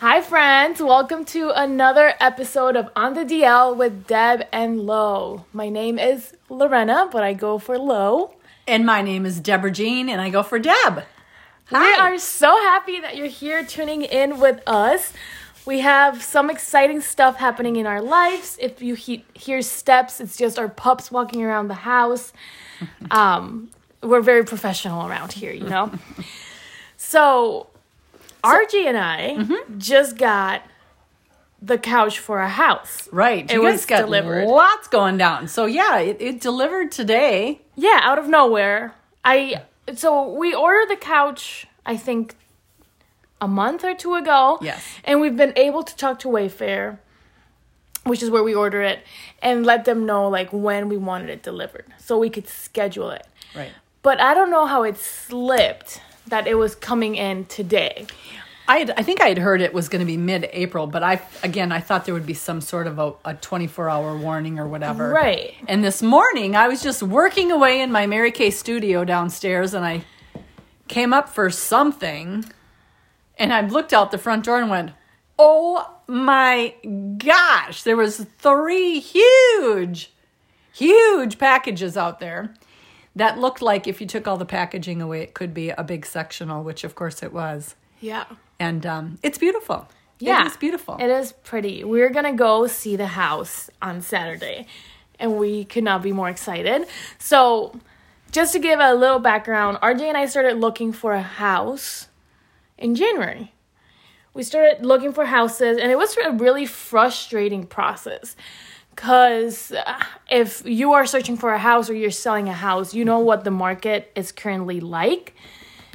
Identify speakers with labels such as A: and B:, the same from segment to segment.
A: Hi, friends. Welcome to another episode of On the DL with Deb and Lo. My name is Lorena, but I go for Lo.
B: And my name is Deborah Jean, and I go for Deb.
A: We are so happy that you're here tuning in with us. We have some exciting stuff happening in our lives. If you he- hear steps, it's just our pups walking around the house. Um, we're very professional around here, you know? so, RG and I just got the couch for our house.
B: Right.
A: It
B: you
A: was
B: guys got
A: delivered.
B: lots going down. So, yeah, it, it delivered today.
A: Yeah, out of nowhere. I so we ordered the couch, I think a month or two ago.
B: Yes.
A: And we've been able to talk to Wayfair, which is where we order it, and let them know like when we wanted it delivered so we could schedule it.
B: Right.
A: But I don't know how it slipped that it was coming in today.
B: I, had, I think I had heard it was going to be mid April, but I, again, I thought there would be some sort of a, a 24 hour warning or whatever.
A: Right.
B: And this morning, I was just working away in my Mary Kay studio downstairs, and I came up for something, and I looked out the front door and went, Oh my gosh, there was three huge, huge packages out there that looked like if you took all the packaging away, it could be a big sectional, which of course it was
A: Yeah.
B: and um, it's beautiful.
A: Yeah.
B: it is beautiful.
A: It is pretty. We're going to go see the house on Saturday, and we could not be more excited. So, just to give a little background, RJ and I started looking for a house in January. We started looking for houses, and it was a really frustrating process. Because if you are searching for a house or you're selling a house, you know what the market is currently like.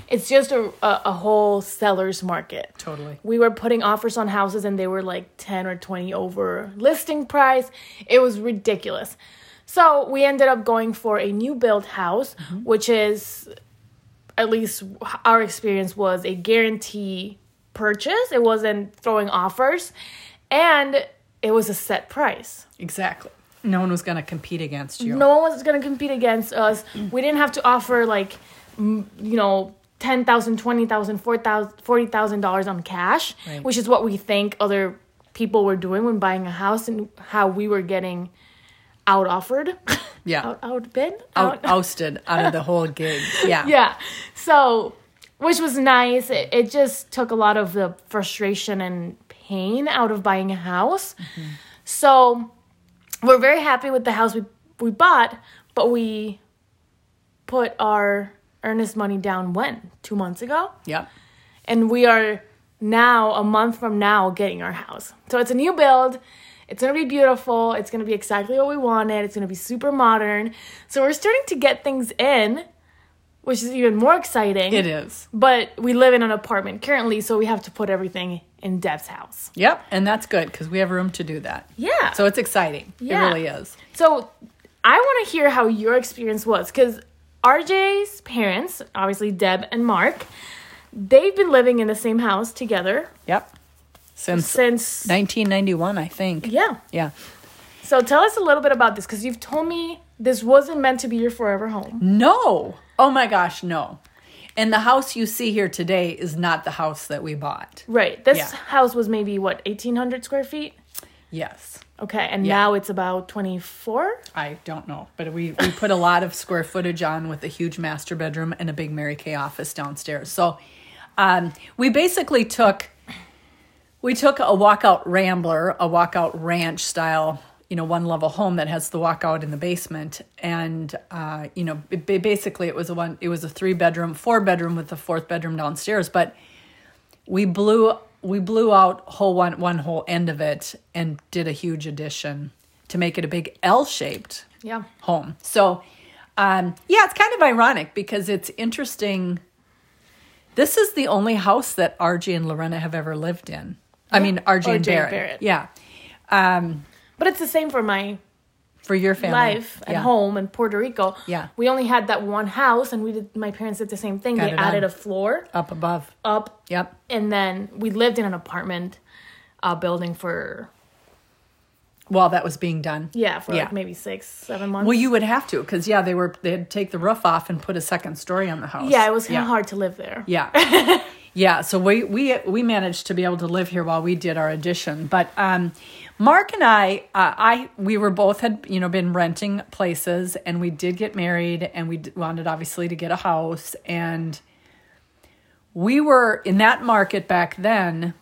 A: It's just a, a, a whole seller's market
B: Totally.
A: we were putting offers on houses and they were like 10 or 20 over listing price. It was ridiculous. So we ended up going for a new build house, which is at least our experience was a guarantee purchase. It wasn't throwing offers and it was a set price.
B: Exactly. No one was going to compete against you.
A: No one was going to compete against us. We didn't have to offer like, m- you know, ten thousand, twenty thousand, four thousand, forty thousand dollars on cash,
B: Right.
A: which is what we think other people were doing when buying a house and how we were getting out offered.
B: Yeah.
A: out outbid.
B: Out, ousted out of the whole gig. Yeah.
A: yeah. So, which was nice. It, it just took a lot of the frustration and pain out of buying a house. So, we're very happy with the house we we bought, but we put our earnest money down when two months ago,
B: Yep.
A: and we are now a month from now getting our house. So it's a new build. It's gonna be beautiful. It's gonna be exactly what we wanted. It's gonna be super modern. So we're starting to get things in, which is even more exciting.
B: It is.
A: But we live in an apartment currently, so we have to put everything in Deb's house.
B: Yep. And that's good because we have room to do that.
A: Yeah.
B: So it's exciting.
A: Yeah.
B: It really is.
A: So I want to hear how your experience was because RJ's parents, obviously Deb and Mark, they've been living in the same house together
B: Yep. Since
A: since.
B: 1991, I think.
A: Yeah.
B: Yeah.
A: So tell us a little bit about this because you've told me this wasn't meant to be your forever
B: Mm-hmm.
A: home.
B: No. Oh my gosh, no. And the house you see here today is not the house that we bought.
A: Right. This
B: Yeah.
A: house was maybe, what, 1,800 square feet?
B: Yes.
A: Okay. And now it's about 24?
B: I don't know, but we, we put a lot of square footage on with a huge master bedroom and a big Mary Kay office downstairs. So um, we basically took we took a walkout rambler, a walkout ranch style, you know, one level home that has the walkout in the basement, and uh, you know, b- b- basically it was a one it was a three bedroom, four bedroom with the fourth bedroom downstairs, but we blew we blew out whole one one whole end of it and did a huge addition to make it a big L shaped
A: Yeah.
B: home. So um yeah, it's kind of ironic because it's interesting. This is the only house that RG and Lorena have ever lived in. I mean RG,
A: Or
B: and
A: Jay
B: Barrett.
A: Barrett.
B: Yeah. Um
A: But it's the same for my
B: for your family.
A: life at
B: Yeah.
A: home in Puerto Rico.
B: Yeah.
A: We only had that one house and we did my parents did the same thing.
B: Got
A: they
B: it
A: added
B: on.
A: a floor
B: Up above.
A: up
B: Yep.
A: and then we lived in an apartment uh building for
B: While that was being done.
A: yeah, for
B: Yeah.
A: like maybe six, seven months.
B: Well, you would have to because yeah, they were they had to take the roof off and put a second story on the house.
A: yeah, it was kinda hard to live there.
B: Yeah. Yeah, so we we we managed to be able to live here while we did our audition, but um, Mark and I, uh, I we were both had you know been renting places, and we did get married, and we d- wanted obviously to get a house, and we were in that market back then.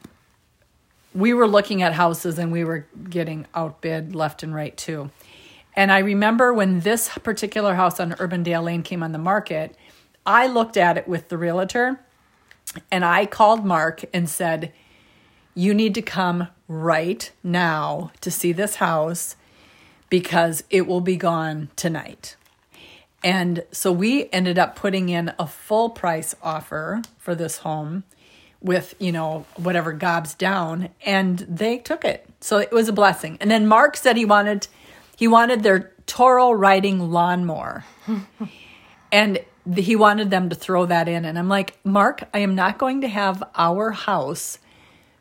B: We were looking at houses, and we were getting outbid left and right too. And I remember when this particular house on Urbandale Lane came on the market, I looked at it with the realtor. And I called Mark and said, You need to come right now to see this house because it will be gone tonight. And so we ended up putting in a full price offer for this home with, you know, whatever gobs down and they took it. So it was a blessing. And then Mark said he wanted he wanted their Toro riding lawnmower. and th- he wanted them to throw that in and i'm like mark i am not going to have our house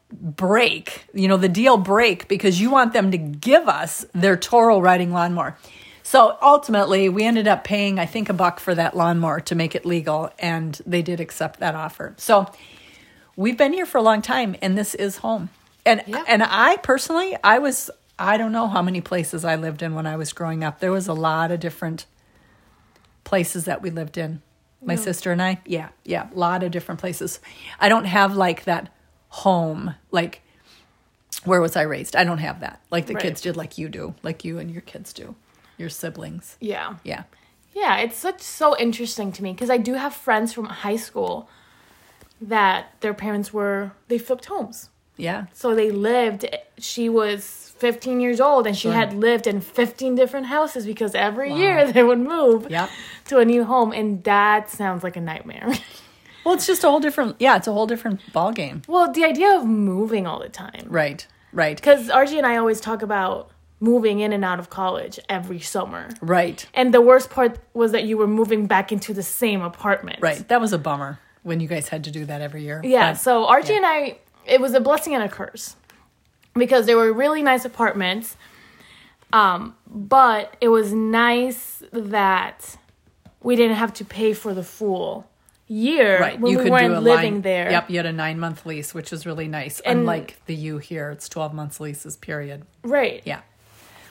B: break you know the deal break because you want them to give us their toro riding lawnmower so ultimately we ended up paying i think a buck for that lawnmower to make it legal and they did accept that offer so we've been here for a long time and this is home and
A: Yeah.
B: and i personally i was i don't know how many places i lived in when i was growing up there was a lot of different places that we lived in. My sister and I, yeah, yeah, a lot of different places. I don't have like that home, like where was I raised? I don't have that. Like the
A: Right.
B: kids did, like you do, like you and your kids do, your siblings.
A: Yeah.
B: Yeah.
A: Yeah, it's such so interesting to me because I do have friends from high school that their parents were they flipped homes.
B: Yeah.
A: So they lived she was 15 years old and she
B: Sure.
A: had lived in 15 different houses because every year they would move
B: Yep.
A: to a new home and that sounds like a nightmare.
B: Well, it's just a whole different, yeah, it's a whole different ball game.
A: well, the idea of moving all the time.
B: Right. Right.
A: Cuz RG and I always talk about moving in and out of college every summer.
B: Right.
A: And the worst part was that you were moving back into the same apartment.
B: Right. That was a bummer when you guys had to do that every year.
A: Yeah,
B: But-
A: so RJ and I, it was a blessing and a curse because they were really nice apartments. Um, but it was nice that we didn't have to pay for the full year
B: Right.
A: when
B: you
A: we
B: could
A: weren't
B: do a
A: living
B: line-
A: there.
B: Yep. You had a nine month lease, which is really nice. Unlike the U here, it's 12 months leases, period.
A: Right.
B: Yeah.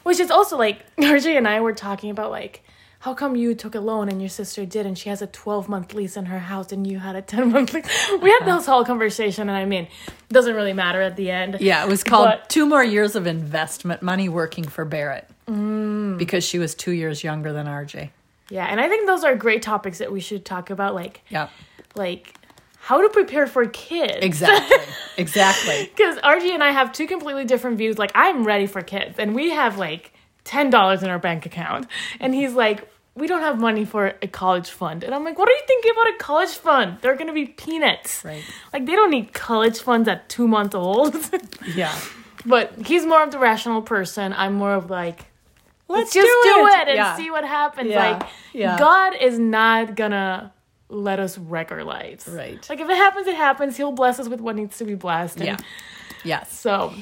A: Which is also like RJ and I were talking about like how come you took a loan and your sister did and she has a 12 month lease in her house and you had a 10 month lease. We had this whole conversation and I mean, it doesn't really matter at the end.
B: Yeah, it was called
A: But-
B: Two More Years of Investment Money Working for Barrett because she was two years younger than RJ.
A: Yeah, and I think those are great topics that we should talk about like
B: Yeah,
A: like how to prepare for kids.
B: exactly. exactly.
A: Because RG and I have two completely different views. Like, I'm ready for kids, and we have like $10 in our bank account. And he's like, we don't have money for a college fund. And I'm like, what are you thinking about a college fund? They're going to be peanuts.
B: Right.
A: Like, they don't need college funds at two months old.
B: Yeah.
A: but he's more of the rational person. I'm more of like,
B: Let's
A: just do it, and
B: Yeah.
A: see what happens.
B: Yeah.
A: Like
B: Yeah.
A: God is not gonna let us wreck our lives.
B: Right.
A: Like if it happens, it happens. He'll bless us with what needs to be blessed. And
B: Yeah. Yes.
A: So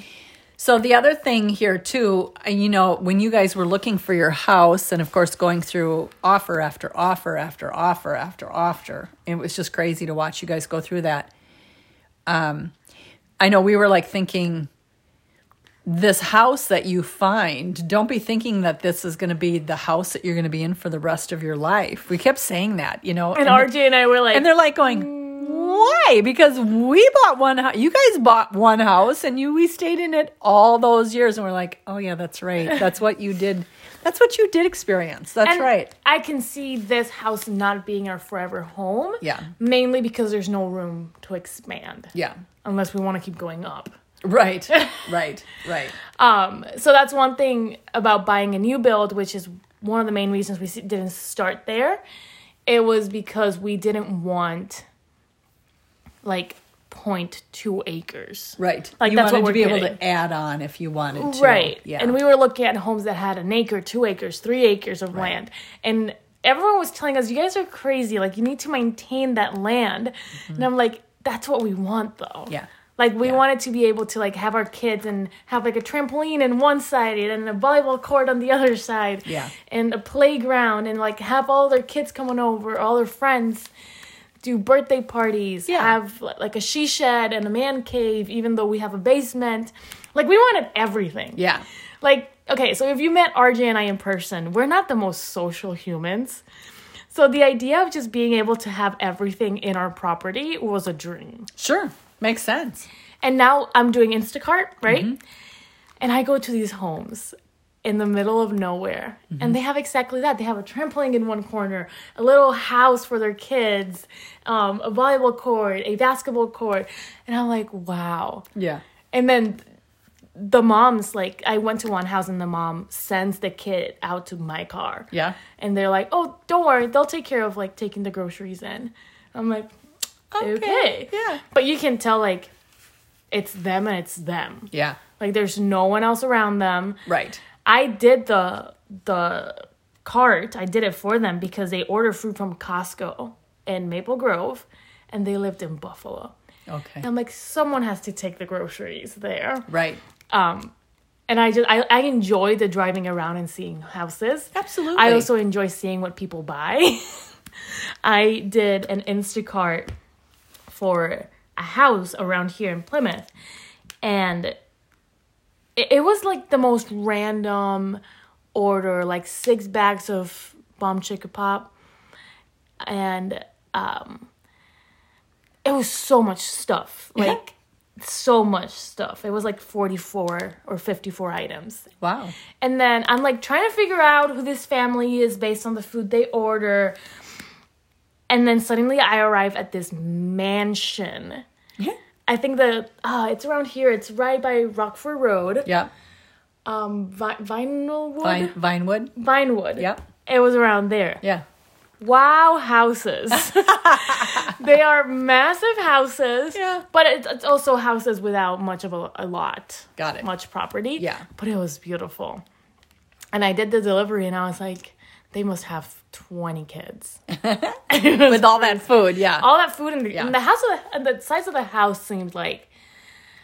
B: So the other thing here too, uh, you know, when you guys were looking for your house and of course going through offer after offer after offer after offer, it was just crazy to watch you guys go through that. Um I know we were like thinking this house that you find, don't be thinking that this is going to be the house that you're going to be in for the rest of your life. We kept saying that, you know.
A: and
B: and-
A: RJ and I were like,
B: and they're like going, why? Because we bought one house. You guys bought one house and you we stayed in it all those years. And we're like, oh yeah, that's right. That's what you did. That's what you did experience. That's
A: and
B: right.
A: I can see this house not being our forever home.
B: Yeah.
A: Mainly because there's no room to expand.
B: Yeah.
A: Unless we want to keep going up.
B: Right. right. Right.
A: Um, so that's one thing about buying a new build, which is one of the main reasons we s- didn't start there. It was because we didn't want like 0.2 acres.
B: Right.
A: Like,
B: you
A: that's
B: wanted
A: what
B: to be
A: we're
B: able
A: getting.
B: to add on if you wanted to.
A: Right.
B: Yeah.
A: And we were looking at homes that had an acre, two acres, three acres of land. And everyone was telling us, you guys are crazy. Like, you need to maintain that land. And I'm like, that's what we want, though.
B: Mm-hmm. Yeah.
A: Like, we wanted to be able to, like, have our kids and have, like, a trampoline in one side and a volleyball court on the other side.
B: Yeah.
A: And a playground and, like, have all their kids coming over, all their friends do birthday parties,
B: Yeah.
A: have li- like a she shed and a man cave, even though we have a basement. Like, we wanted everything.
B: Yeah.
A: Like, okay, so if you met RJ and I in person, we're not the most social humans. So the idea of just being able to have everything in our property was a dream.
B: Sure. Makes sense.
A: And now I'm doing Instacart, right? And I go to these homes in the middle of nowhere, and they have exactly that. They have a trampoline in one corner, a little house for their kids, um, a volleyball court, a basketball court. And I'm like, wow.
B: Yeah.
A: And then the mom's like, I went to one house and the mom sends the kid out to my car.
B: Yeah.
A: And they're like, oh, don't worry, they'll take care of like taking the groceries in. I'm like, okay.
B: Yeah.
A: But you can tell like it's them and it's them.
B: Yeah.
A: Like there's no one else around them.
B: Right.
A: I did the the cart. I did it for them because they order food from Costco in Maple Grove and they lived in Buffalo.
B: Okay.
A: I'm like someone has to take the groceries there.
B: Right.
A: Um and I just I, I enjoy the driving around and seeing houses.
B: Absolutely.
A: I also enjoy seeing what people buy. I did an Instacart for a house around here in Plymouth, and it, it was like the most random order, like six bags of bomb chicka pop, and um, it was so much stuff,
B: Yeah.
A: like so much stuff. It was like forty four or fifty four items,
B: Wow.
A: and then I'm like trying to figure out who this family is based on the food they order. And then suddenly I arrive at this mansion.
B: Yeah.
A: I think the uh, it's around here. It's right by Rockford Road.
B: Yeah.
A: Um, Vi- Vinylwood.
B: Vine, Vinewood.
A: Vinewood.
B: Yep.
A: It was around there.
B: Yeah.
A: Wow, houses. they are massive houses.
B: Yeah.
A: But it's, it's also houses without much of a, a lot.
B: Got it.
A: Much property.
B: Yeah.
A: But it was beautiful. And I did the delivery and I was like, they must have 20 kids.
B: With all that food. Yeah.
A: All that food in the,
B: Yeah.
A: and the house, of the, and the size of the house seemed like,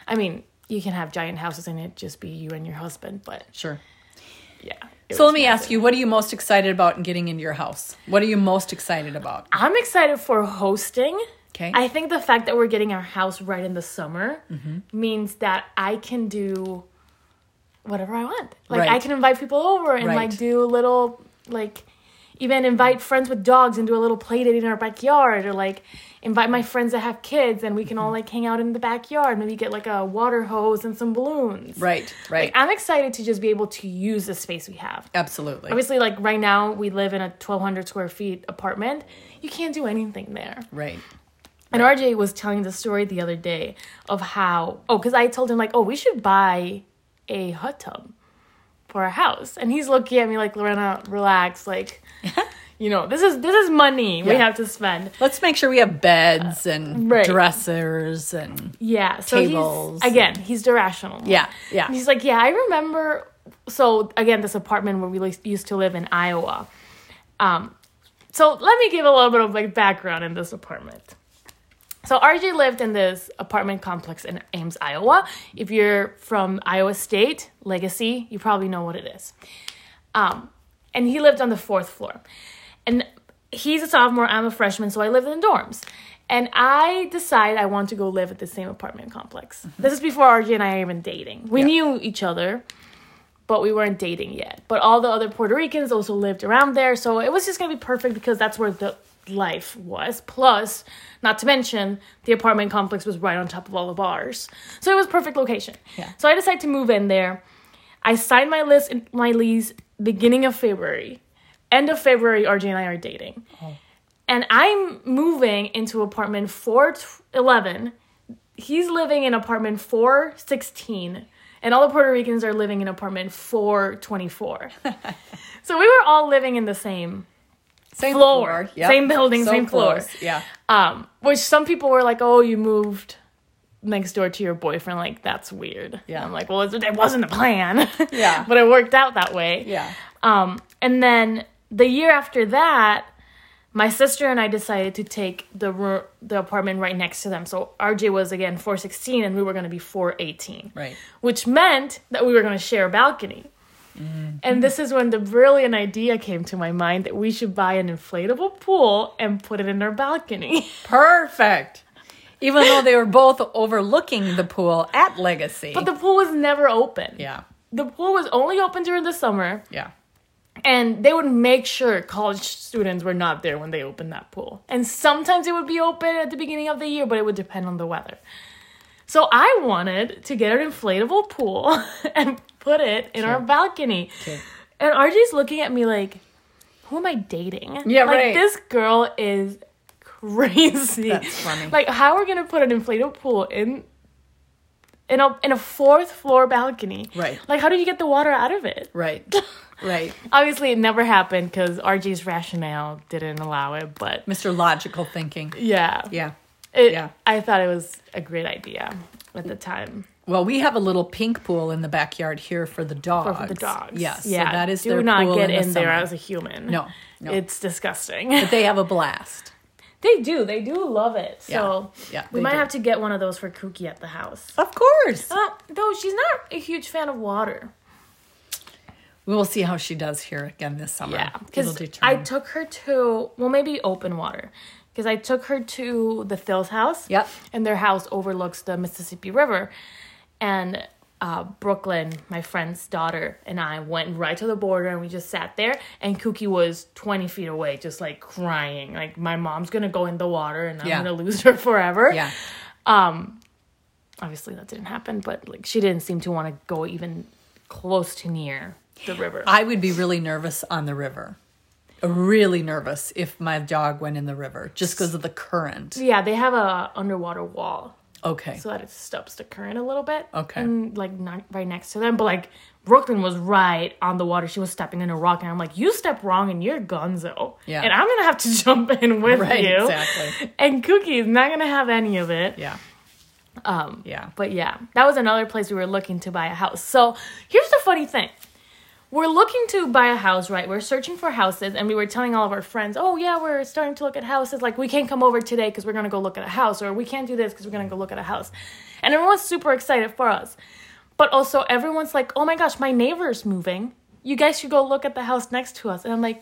A: I mean, you can have giant houses and it just be you and your husband, but
B: Sure.
A: yeah.
B: So let me ask you, what are you most excited about in getting into your house? What are you most excited about?
A: I'm excited for hosting.
B: Okay.
A: I think the fact that we're getting our house right in the summer
B: Mm-hmm.
A: means that I can do whatever I want. Like I
B: Right.
A: can invite people over and
B: Right.
A: like do little like even invite friends with dogs and do a little play date in our backyard or like invite my friends that have kids and we can all
B: Mm-hmm.
A: like hang out in the backyard, maybe get like a water hose and some balloons.
B: right. Right.
A: I'm excited to just be able to use the space we have.
B: Absolutely.
A: Obviously, like right now, we live in a 1,200 square feet apartment. You can't do anything there.
B: right.
A: And RJ was telling the story the other day of how oh, because I told him like, oh, we should buy a hot tub for our house, and he's looking at me like, Lorena, relax, like, you know, this is this is money we
B: Yeah.
A: have to spend.
B: Let's make sure we have beds and
A: Right.
B: dressers and
A: Yeah, so
B: Tables
A: he's again, he's irrational.
B: yeah, yeah.
A: And he's like, yeah, I remember. So again, this apartment where we li- used to live in Iowa. Um, so let me give a little bit of like background in this apartment. So RJ lived in this apartment complex in Ames, Iowa. If you're from Iowa State, Legacy, you probably know what it is. Um, and he lived on the fourth floor. And he's a sophomore, I'm a freshman, so I lived in dorms. And I decide I want to go live at the same apartment complex. This is before RJ and I are even dating. We
B: Mm-hmm. Yeah.
A: knew each other, but we weren't dating yet. But all the other Puerto Ricans also lived around there, so it was just gonna be perfect because that's where the life was. Plus, not to mention, the apartment complex was right on top of all the bars. So it was perfect location.
B: Yeah.
A: So I decided to move in there. I signed my list my lease beginning of February. End of February, RJ and I are dating.
B: Oh.
A: And I'm moving into apartment 411. He's living in apartment 416. And all the Puerto Ricans are living in apartment 424. so we were all living in the same
B: same
A: Floor.
B: Yep.
A: Same building,
B: So
A: same floor.
B: close. Yeah.
A: um, which some people were like, "Oh, you moved next door to your boyfriend. Like that's weird."
B: Yeah.
A: I'm like, "Well, it, it wasn't the plan."
B: Yeah.
A: but it worked out that way.
B: Yeah.
A: Um, and then the year after that, my sister and I decided to take the ro- the apartment right next to them. So RJ was again 416, and we were going to be 418,
B: Right.
A: which meant that we were going to share a balcony.
B: Mm-hmm.
A: And this is when the brilliant idea came to my mind that we should buy an inflatable pool and put it in our balcony.
B: Perfect. Even though they were both overlooking the pool at Legacy.
A: but the pool was never open.
B: yeah.
A: The pool was only open during the summer,
B: Yeah.
A: and they would make sure college students were not there when they opened that pool. And sometimes it would be open at the beginning of the year, but it would depend on the weather. So I wanted to get an inflatable pool and put it in our
B: Sure.
A: balcony.
B: Okay.
A: And RJ's looking at me like, who am I dating?
B: Yeah,
A: like,
B: right.
A: This girl is crazy.
B: That's funny.
A: Like, how we're gonna put an inflatable pool in in a in a fourth floor balcony.
B: Right.
A: Like, how do you get the water out of it?
B: Right. Right.
A: Obviously, it never happened because RJ's rationale didn't allow it. But
B: Mr. Logical Thinking.
A: yeah,
B: Yeah.
A: It-
B: yeah.
A: I thought it was a great idea at the time.
B: Well, we have a little pink pool in the backyard here for the dogs.
A: For the dogs.
B: Yes. Yeah. So that is
A: Do
B: their
A: not
B: pool
A: get
B: in, the
A: there
B: summer.
A: as a human.
B: No, no.
A: It's disgusting.
B: They have a blast.
A: They do. They do love it. So
B: Yeah. Yeah,
A: we
B: they
A: might
B: do.
A: have to get one of those for Kookie at the house.
B: Of course.
A: Uh, though she's not a huge fan of water.
B: We will see how she does here again this summer. It'll
A: because I
B: determine.
A: took her to well maybe open water because I took her to the Phil's house.
B: Yep.
A: and their house overlooks the Mississippi River, and. Uh, Brooklyn, my friend's daughter, and I went right to the border and we just sat there. And Kookie was 20 feet away, just like crying. Like, my mom's gonna go in the water and I'm
B: Yeah.
A: gonna lose her forever.
B: yeah.
A: obviously that didn't happen, but like she didn't seem to want to go even close to near the river.
B: I would be really nervous on the river. Really nervous if my dog went in the river just because of the current.
A: yeah, they have a underwater wall
B: Okay.
A: so that it stops the current a little bit.
B: Okay.
A: And like not right next to them, but like Brooklyn was right on the water. She was stepping in a rock, and I'm like, "You step wrong, and you're gonzo."
B: Yeah.
A: And I'm gonna have to jump in with
B: Right,
A: you.
B: exactly.
A: And Cookie is not gonna have any of it.
B: yeah. Um, yeah.
A: But yeah, that was another place we were looking to buy a house. So here's the funny thing. We're looking to buy a house, right? We're searching for houses, and we were telling all of our friends, oh, yeah, we're starting to look at houses. Like, we can't come over today because we're going to go look at a house, or we can't do this because we're going to go look at a house. And everyone's super excited for us. But also, everyone's like, oh my gosh, my neighbor's moving. You guys should go look at the house next to us. And I'm like,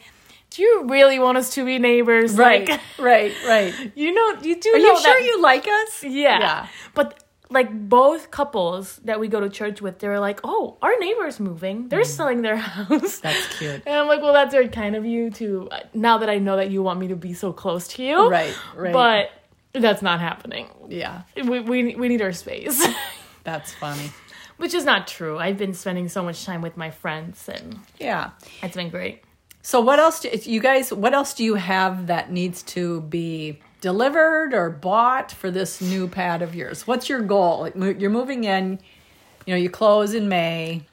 A: do you really want us to be neighbors?
B: Right.
A: Like,
B: right. Right.
A: you know, you do
B: Are
A: know
B: you sure
A: that-
B: you like us?
A: yeah. But like both couples that we go to church with, they're like, "Oh, our neighbor's moving. They're selling their house."
B: Mm. That's cute.
A: And I'm like, "Well, that's very kind of you to now that I know that you want me to be so close to you."
B: Right, right.
A: But that's not happening.
B: Yeah.
A: We we we need our space.
B: That's funny.
A: Which is not true. I've been spending so much time with my friends and
B: Yeah.
A: it's been great.
B: So what else do you guys what else do you have that needs to be delivered or bought for this new pad of yours? What's your goal? Like, mo- You're moving in, you know, you close in May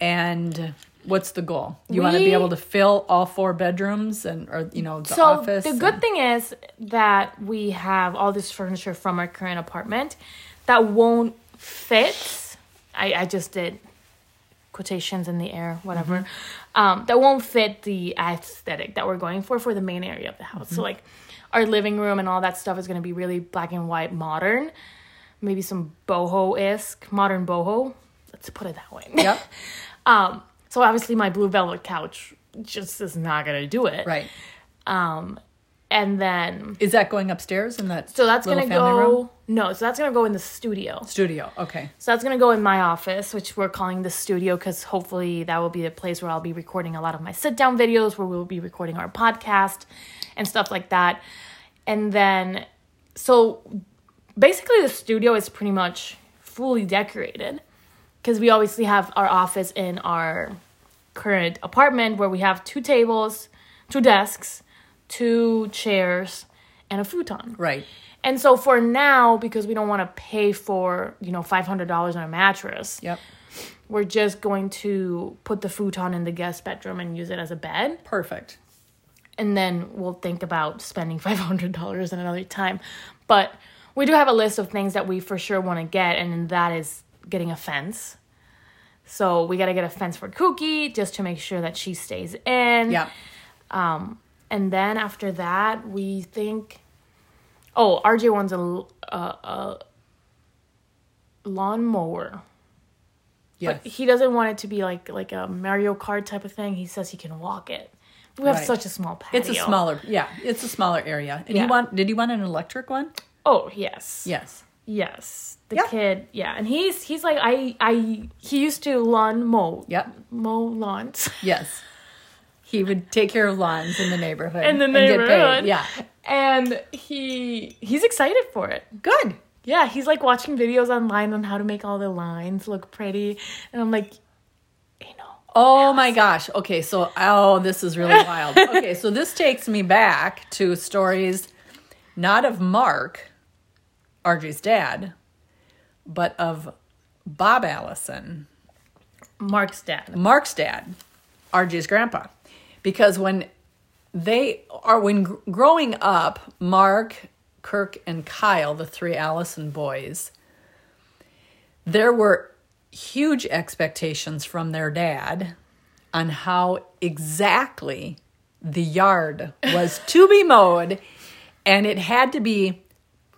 B: and what's the goal? You want to
A: We-
B: be able to fill all four bedrooms and or you know, the
A: so
B: office.
A: the
B: and-
A: good thing is that we have all this furniture from our current apartment that won't fit i, I just did quotations in the air whatever
B: Mm-hmm.
A: um, that won't fit the aesthetic that we're going for for the main area of the house
B: Mm-hmm.
A: so like our living room and all that stuff is going to be really black and white modern maybe some boho-esque modern boho let's put it that way
B: Yep.
A: um, so obviously my blue velvet couch just is not going to do it
B: Right.
A: um, and then
B: Is that going upstairs in that
A: so that's
B: little
A: gonna
B: family
A: go
B: room?
A: no, so that's gonna go in the studio.
B: studio. Okay.
A: So that's gonna go in my office, which we're calling the studio because hopefully that will be a place where I'll be recording a lot of my sit down videos, where we'll be recording our podcast and stuff like that. And then so basically the studio is pretty much fully decorated because we obviously have our office in our current apartment where we have two tables, two desks, two chairs, and a futon.
B: Right.
A: And so for now, because we don't want to pay for, you know, $500 on a mattress,
B: Yep.
A: we're just going to put the futon in the guest bedroom and use it as a bed.
B: Perfect.
A: And then we'll think about spending $500 at another time. But we do have a list of things that we for sure want to get, and that is getting a fence. So we got to get a fence for Kookie just to make sure that she stays in.
B: Yeah.
A: And then after that, we think, oh, RJ wants a, l- a, a lawnmower. But he doesn't want it to be like like a Mario Kart type of thing. He says he can walk it. We have
B: Right.
A: such a small patio.
B: It's a smaller, yeah, it's a smaller area. And
A: Yeah.
B: you want? Did you want an electric one?
A: Oh yes.
B: Yes.
A: Yes. The
B: Yep.
A: kid. Yeah. And he's he's like I I he used to lawn mow.
B: Yep.
A: Mow lawns.
B: Yes. He would take care of lawns in the neighborhood.
A: In the
B: and get paid.
A: neighborhood.
B: Yeah.
A: And he he's excited for it.
B: Good.
A: Yeah, he's like watching videos online on how to make all the lines look pretty. And I'm like, you know.
B: Oh my gosh. Okay, so oh, this is really wild. Okay, so this takes me back to stories not of Mark, RJ's dad, but of Bob Allison,
A: Mark's dad.
B: Mark's dad, RJ's grandpa. Because when they are when gr- growing up, Mark, Kirk and Kyle, the three Allison boys, there were huge expectations from their dad on how exactly the yard was to be mowed and it had to be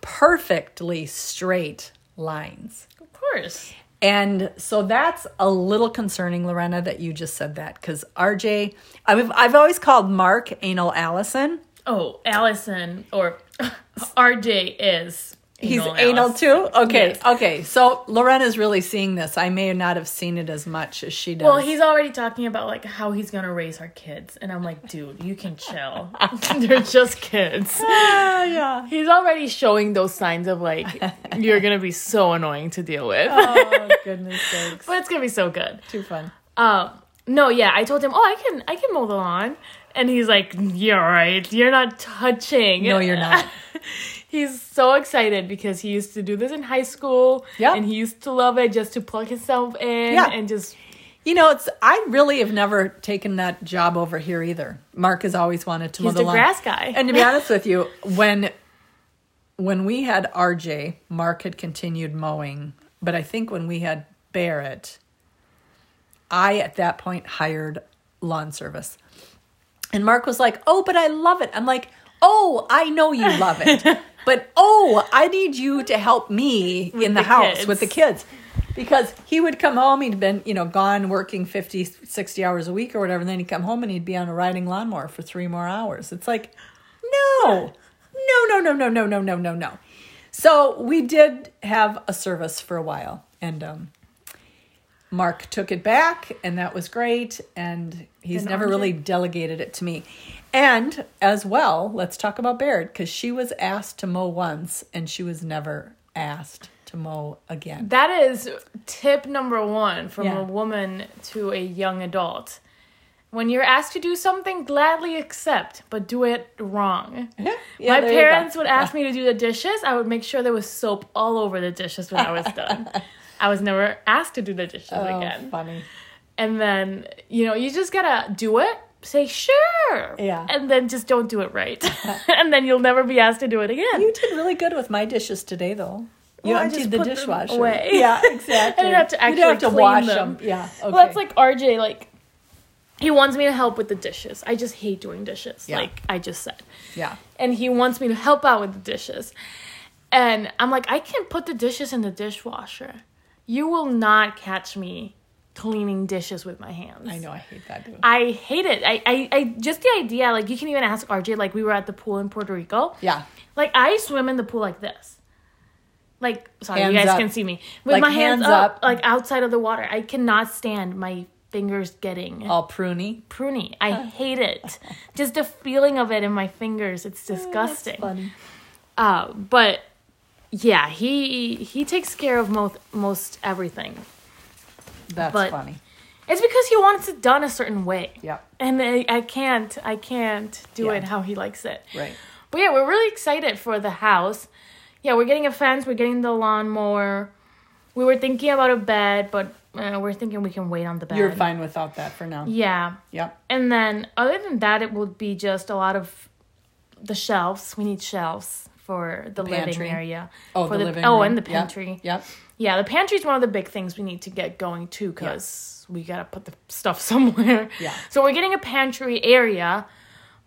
B: perfectly straight lines.
A: Of course.
B: And so that's a little concerning, Lorena, that you just said that because RJ, I've, I've always called Mark Anal Allison.
A: Oh, Allison or RJ is.
B: He's
A: anal
B: anal
A: Allison.
B: too? Okay,
A: Yes.
B: okay. So Lorena's really seeing this. I may not have seen it as much as she does.
A: Well, he's already talking about like how he's gonna raise our kids, and I'm like, dude, you can chill. They're just kids.
B: Ah, yeah.
A: He's already showing those signs of like you're gonna be so annoying to deal with,
B: Oh, goodness sakes.
A: but it's gonna be so good.
B: Too fun.
A: Um, no, yeah, I told him, oh, I can, I can mow the lawn, and he's like, you're right, you're not touching.
B: No, you're not.
A: He's so excited because he used to do this in high school.
B: Yeah.
A: And he used to love it just to plug himself in
B: Yeah.
A: and just
B: You know, it's I really have never taken that job over here either. Mark has always wanted to mow
A: he's
B: the
A: the
B: lawn.
A: grass guy.
B: And to be honest with you, when when we had RJ, Mark had continued mowing, but I think when we had Barrett, I at that point hired lawn service. And Mark was like, "Oh, but I love it." I'm like, "Oh, I know you love it." but oh, I need you to help me in the,
A: the
B: house
A: kids.
B: with the kids. Because he would come home, he'd been, you know, gone working 50, 60 hours a week or whatever, and then he'd come home and he'd be on a riding lawnmower for three more hours. It's like, no, no, no, no, no, no, no, no, no, no. So we did have a service for a while, and um, Mark took it back, and that was great. And he's
A: Then
B: never
A: RJ?
B: really delegated it to me. And as well, let's talk about Baird because she was asked to mow once, and she was never asked to mow again.
A: that is tip number one from
B: Yeah.
A: a woman to a young adult. When you're asked to do something, gladly accept, but do it wrong.
B: Yeah,
A: My
B: there you go.
A: parents would ask me to do the dishes. I would make sure there was soap all over the dishes when I was done. I was never asked to do the dishes
B: Oh,
A: again.
B: funny.
A: And then, you know, you just gotta do it. Say sure.
B: Yeah.
A: And then just don't do it right. and then you'll never be asked to do it again.
B: You did really good with my dishes today, though. You
A: Well, I
B: emptied
A: just
B: the
A: put them
B: dishwasher.
A: away.
B: Yeah, exactly.
A: I didn't have to
B: You didn't have
A: actually
B: to
A: clean
B: wash
A: them.
B: Yeah. Okay.
A: Well, that's like RJ, like, he wants me to help with the dishes. I just hate doing dishes,
B: Yeah.
A: like I just said.
B: yeah.
A: and he wants me to help out with the dishes. And I'm like, I can put the dishes in the dishwasher. You will not catch me cleaning dishes with my hands.
B: I know. I hate that. Dude.
A: I hate it. I, I, I just the idea, like you can even ask RJ, like we were at the pool in Puerto Rico.
B: Yeah.
A: Like I swim in the pool like this. Like sorry,
B: Hands
A: you guys
B: up.
A: can see me. With
B: Like,
A: my hands,
B: hands
A: up,
B: up.
A: like outside of the water. I cannot stand my fingers getting
B: All pruny.
A: pruny. I hate it. just the feeling of it in my fingers,
B: Oh,
A: it's disgusting.
B: Funny.
A: Uh, but yeah, he he takes care of most most everything.
B: That's
A: But-
B: funny.
A: It's because he wants it done a certain way.
B: Yeah.
A: And I, I can't I can't do
B: Yeah.
A: it how he likes it.
B: Right.
A: But yeah, we're really excited for the house. Yeah, we're getting a fence, we're getting the lawnmower. We were thinking about a bed, but uh, we're thinking we can wait on the bed.
B: You're fine without that for now.
A: Yeah.
B: Yep.
A: And then other than that it would be just a lot of the shelves. We need shelves for the living
B: pantry.
A: area.
B: Oh,
A: for
B: the, living
A: Oh,
B: room.
A: and the
B: Yep.
A: pantry.
B: Yep.
A: Yeah, the pantry's one of the big things we need to get going too because we gotta put the stuff somewhere.
B: Yeah.
A: So we're getting a pantry area,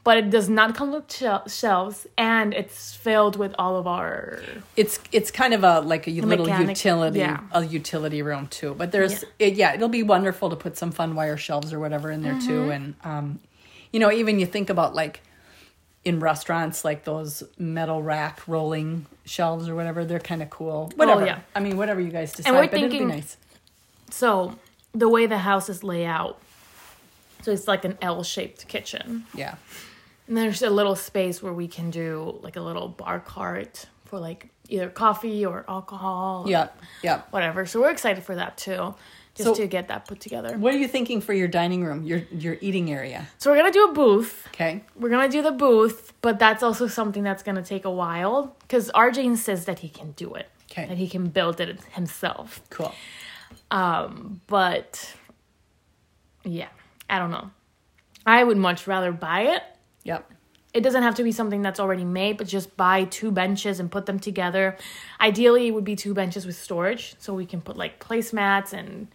A: but it does not come with shel- shelves, and it's filled with all of our.
B: It's it's kind of a like a little
A: mechanic-
B: utility
A: yeah.
B: a utility room too. But there's it, yeah, it'll be wonderful to put some fun wire shelves or whatever in there
A: Mm-hmm.
B: too. And um, you know, even you think about like in restaurants like those metal rack rolling shelves or whatever, they're kind of cool. Whatever.
A: Oh, yeah.
B: I mean, whatever you guys decide,
A: we're
B: but it'll be
A: thinking-
B: nice.
A: So the way the house is laid out, so it's like an L-shaped kitchen,
B: Yeah.
A: and there's a little space where we can do like a little bar cart for like either coffee or alcohol. or
B: Yeah. Yeah.
A: Whatever. So we're excited for that too, just
B: So-
A: to get that put together.
B: What are you thinking for your dining room, your your eating area?
A: So we're gonna do a booth.
B: Okay.
A: We're gonna do the booth, but that's also something that's gonna take a while because Arjane says that he can do it,
B: 'Kay.
A: that he can build it himself.
B: Cool.
A: But yeah, I don't know. I would much rather buy it.
B: Yep.
A: It doesn't have to be something that's already made, but just buy two benches and put them together. Ideally, it would be two benches with storage, so we can put like placemats and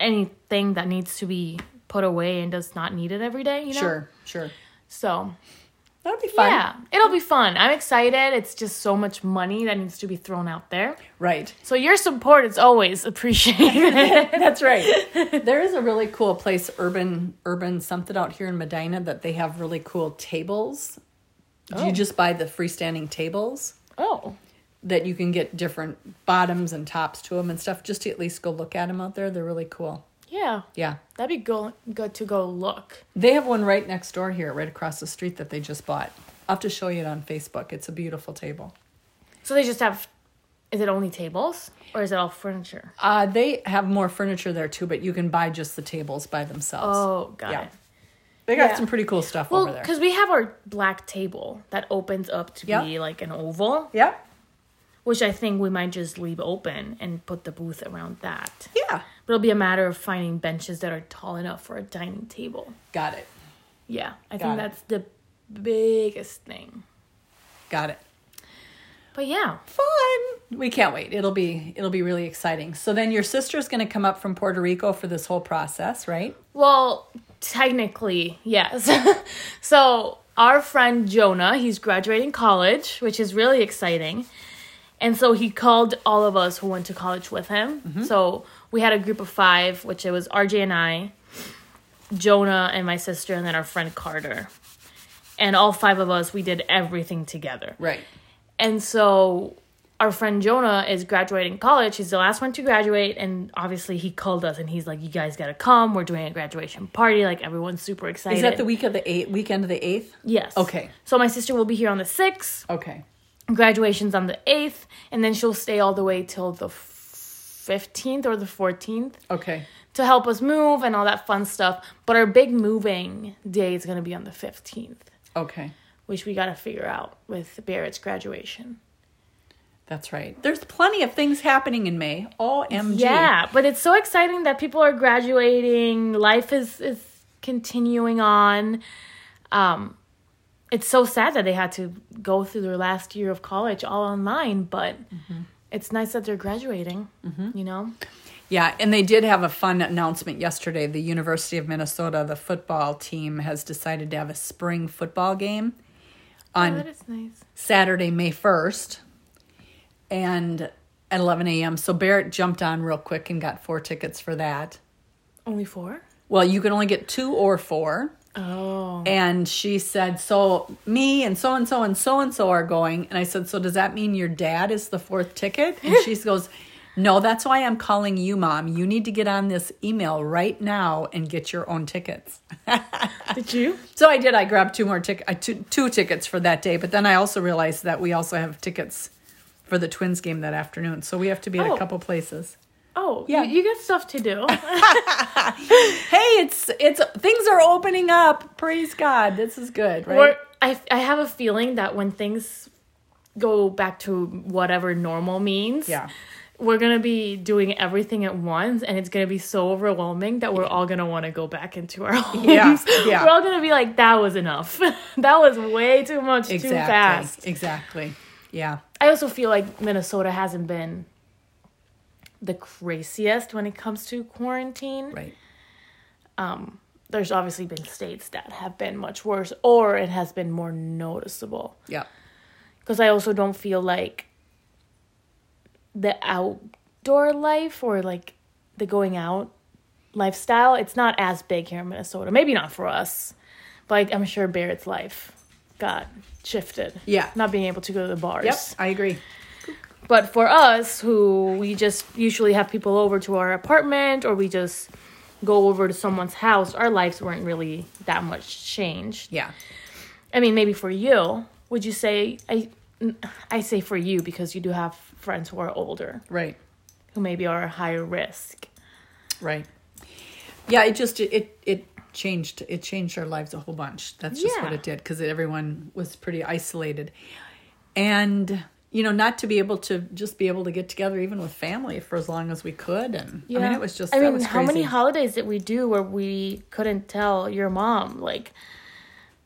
A: anything that needs to be put away and does not need it every day. You know,
B: Sure. Sure.
A: so
B: That'll be fun.
A: Yeah, it'll be fun. I'm excited. It's just so much money that needs to be thrown out there.
B: Right.
A: So your support is always appreciated.
B: That's right. there is a really cool place, urban urban something out here in Medina that they have really cool tables. You just buy the freestanding tables
A: oh,
B: that you can get different bottoms and tops to them and stuff. Just to at least go look at them out there. They're really cool.
A: yeah,
B: Yeah.
A: that'd be go- good to go look.
B: They have one right next door here, right across the street that they just bought. I'll have to show you it on Facebook. It's a beautiful table.
A: So they just have. Is it only tables or is it all furniture?
B: Uh, they have more furniture there too, but you can buy just the tables by themselves.
A: Oh, got
B: Yeah.
A: it.
B: They got
A: yeah.
B: some pretty cool stuff
A: Well,
B: over there.
A: because we have our black table that opens up to
B: Yeah.
A: be like an oval,
B: Yeah.
A: which I think we might just leave open and put the booth around that.
B: Yeah.
A: But it'll be a matter of finding benches that are tall enough for a dining table.
B: Got it.
A: Yeah, I
B: Got
A: think
B: it.
A: that's the biggest thing.
B: Got it.
A: But yeah,
B: Fun. We can't wait. It'll be it'll be really exciting. So then your sister's going to come up from Puerto Rico for this whole process, right?
A: well, technically, yes. so, our friend Jonah, he's graduating college, which is really exciting. And so he called all of us who went to college with him.
B: Mm-hmm.
A: So, we had a group of 5, which it was RJ and I, Jonah and my sister and then our friend Carter. And all 5 of us, we did everything together.
B: Right.
A: And so our friend Jonah is graduating college. He's the last one to graduate. And obviously, he called us and he's like, You guys got to come. We're doing a graduation party. Like, everyone's super excited.
B: Is that the week of the eighth weekend of the eighth?
A: Yes.
B: Okay.
A: So my sister will be here on the 6th,
B: Okay.
A: graduation's on the 8th, and then she'll stay all the way till the 15th or the 14th
B: Okay.
A: to help us move and all that fun stuff. But our big moving day is going to be on the 15th,
B: Okay.
A: which we got to figure out with Barrett's graduation.
B: That's right. There's plenty of things happening in May. OMG.
A: Yeah, but it's so exciting that people are graduating. Life is is continuing on. Um, it's so sad that they had to go through their last year of college all online, but it's nice that they're graduating. You know,
B: Yeah, and they did have a fun announcement yesterday. The University of Minnesota, the football team has decided to have a spring football game on
A: oh, that is nice.
B: Saturday, May 1st, and at 11 a.m. So Barrett jumped on real quick and got four tickets for that.
A: Only four.
B: Well, you can only get two or four.
A: Oh,
B: And she said, So me and so and so and so and so are going. And I said, So does that mean your dad is the fourth ticket? And she goes, No, that's why I'm calling you, mom. You need to get on this email right now and get your own tickets.
A: did you?
B: So I did. I grabbed two more tickets, uh, two, two tickets for that day. But then I also realized that we also have tickets for the Twins game that afternoon. So we have to be at
A: Oh.
B: a couple places.
A: Oh,
B: Yeah.
A: yeah. You, you got stuff to do.
B: Hey, it's it's things are opening up. Praise God. This is good, right?
A: Or I, I have a feeling that when things go back to whatever normal means,
B: Yeah.
A: we're gonna be doing everything at once, and it's gonna be so overwhelming that we're all gonna want to go back into our homes.
B: Yeah, yeah.
A: We're all gonna be like, "That was enough. that was way too much,
B: exactly.
A: too fast."
B: Exactly. Yeah.
A: I also feel like Minnesota hasn't been the craziest when it comes to quarantine.
B: Right.
A: there's obviously been states that have been much worse or it has been more noticeable
B: Yeah.
A: because I also don't feel like the outdoor life or like the going out lifestyle. It's not as big here in Minnesota. Maybe not for us, but like, I'm sure Barrett's life got shifted.
B: Yeah.
A: not being able to go to the bars.
B: Yep. I agree.
A: But for us, who we just usually have people over to our apartment or we just go over to someone's house, our lives weren't really that much changed.
B: Yeah.
A: I mean, maybe for you, would you say I? I say for you because you do have friends who are older
B: Right.
A: who maybe are higher risk.
B: Right. Yeah, it just it it changed it changed our lives a whole bunch. That's just what
A: Yeah.
B: it did because everyone was pretty isolated, and you know not to be able to just be able to get together even with family for as long as we could. And I mean it was just
A: I
B: that
A: mean,
B: was
A: how
B: crazy.
A: many holidays did we do where we couldn't tell your mom? Like,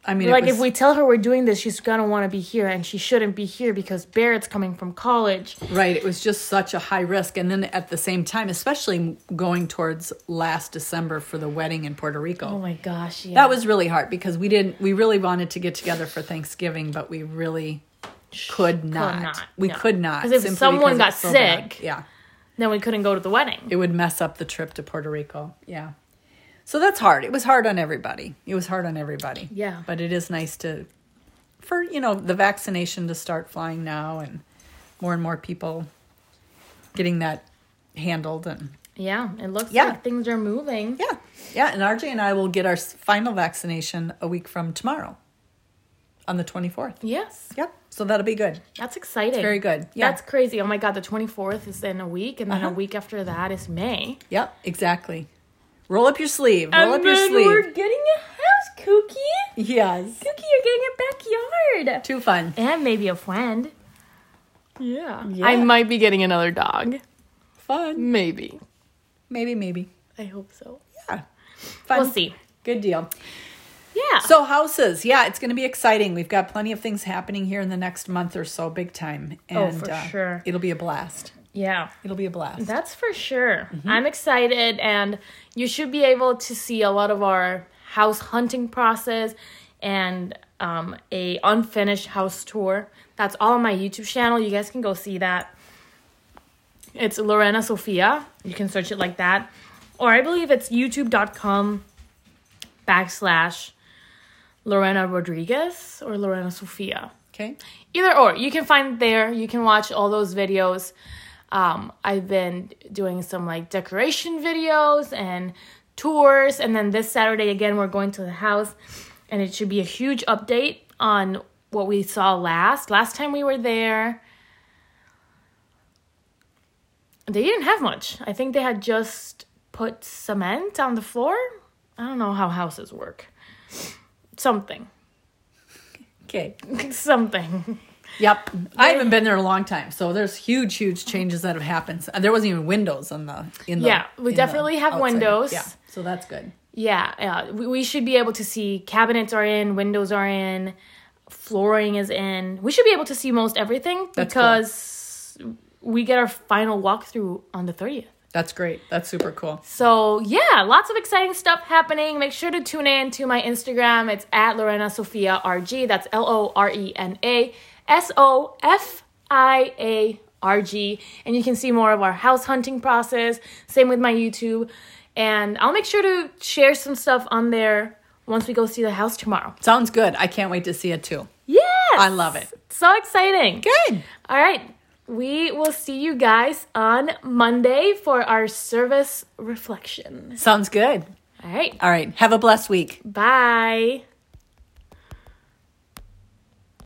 B: I mean it
A: like if
B: was-
A: we tell her we're doing this, she's gonna want to be here, and she shouldn't be here because Barrett's coming from college.
B: Right. It was just such a high risk. And then at the same time, especially going towards last December for the wedding in Puerto Rico.
A: Oh my gosh, yeah.
B: That was really hard because we didn't, we really wanted to get together for Thanksgiving, but we really could not.
A: not,
B: We
A: no.
B: could not.
A: 'Cause if
B: simply
A: someone
B: because it's
A: got
B: so bad.
A: sick-
B: Yeah.
A: then we couldn't go to the wedding.
B: It would mess up the trip to Puerto Rico. Yeah. So that's hard. It was hard on everybody. It was hard on everybody.
A: Yeah.
B: But it is nice to, for, you know, the vaccination to start flying now and more and more people getting that handled and
A: Yeah, it looks
B: Yeah.
A: like things are moving.
B: yeah yeah and rj and i will get our s- final vaccination a week from tomorrow on the 24th
A: Yes,
B: yep so that'll be good
A: that's exciting.
B: very good yeah Uh-huh.
A: That's crazy. Oh my god, the 24th is in a week and then a week after that is May.
B: yep exactly roll up your sleeve roll up your sleeve
A: getting a house, Cookie.
B: yes
A: Cookie, you're getting a backyard.
B: too fun
A: And maybe a friend. Yeah.
B: I
A: I might be getting another dog.
B: fun
A: Maybe.
B: maybe maybe
A: I hope so.
B: yeah fun
A: We'll see.
B: good deal
A: Yeah.
B: So houses, yeah, it's going to be exciting. We've got plenty of things happening here in the next month or so, big time. And, uh,
A: Oh, for sure.
B: It'll be a blast.
A: yeah.
B: It'll be a blast.
A: That's for sure. I'm excited, and you should be able to see a lot of our house hunting process and um, a unfinished house tour. That's all on my YouTube channel. You guys can go see that. It's Lorena Sophia. You can search it like that, or I believe it's YouTube.com backslash Lorena Rodriguez or Lorena Sophia
B: okay.
A: either or you can find there you can watch all those videos um, i've been doing some like decoration videos and tours and then this saturday again we're going to the house and it should be a huge update on what we saw last last time we were there they didn't have much i think they had just put cement on the floor i don't know how houses work something
B: Okay.
A: something
B: Yep. I haven't been there in a long time, so there's huge, huge changes that have happened. So- There wasn't even windows on the in the.
A: Yeah, we
B: in
A: definitely have
B: outside.
A: windows.
B: Yeah, so that's good.
A: Yeah, uh, we, we should be able to see cabinets are in, windows are in, flooring is in. We should be able to see most everything
B: That's cool.
A: because we get our final walkthrough on the 30th.
B: That's great. That's super cool.
A: So, yeah, lots of exciting stuff happening. Make sure to tune in to my Instagram. It's at Lorena Sophia RG. That's L O R E N A S O F I A R G. And you can see more of our house hunting process. Same with my YouTube. And I'll make sure to share some stuff on there once we go see the house tomorrow.
B: Sounds good. I can't wait to see it too.
A: Yes!
B: I love it.
A: So exciting.
B: Good.
A: All right. We will see you guys on Monday for our service reflection.
B: Sounds good.
A: All right.
B: All right. Have a blessed week.
A: Bye.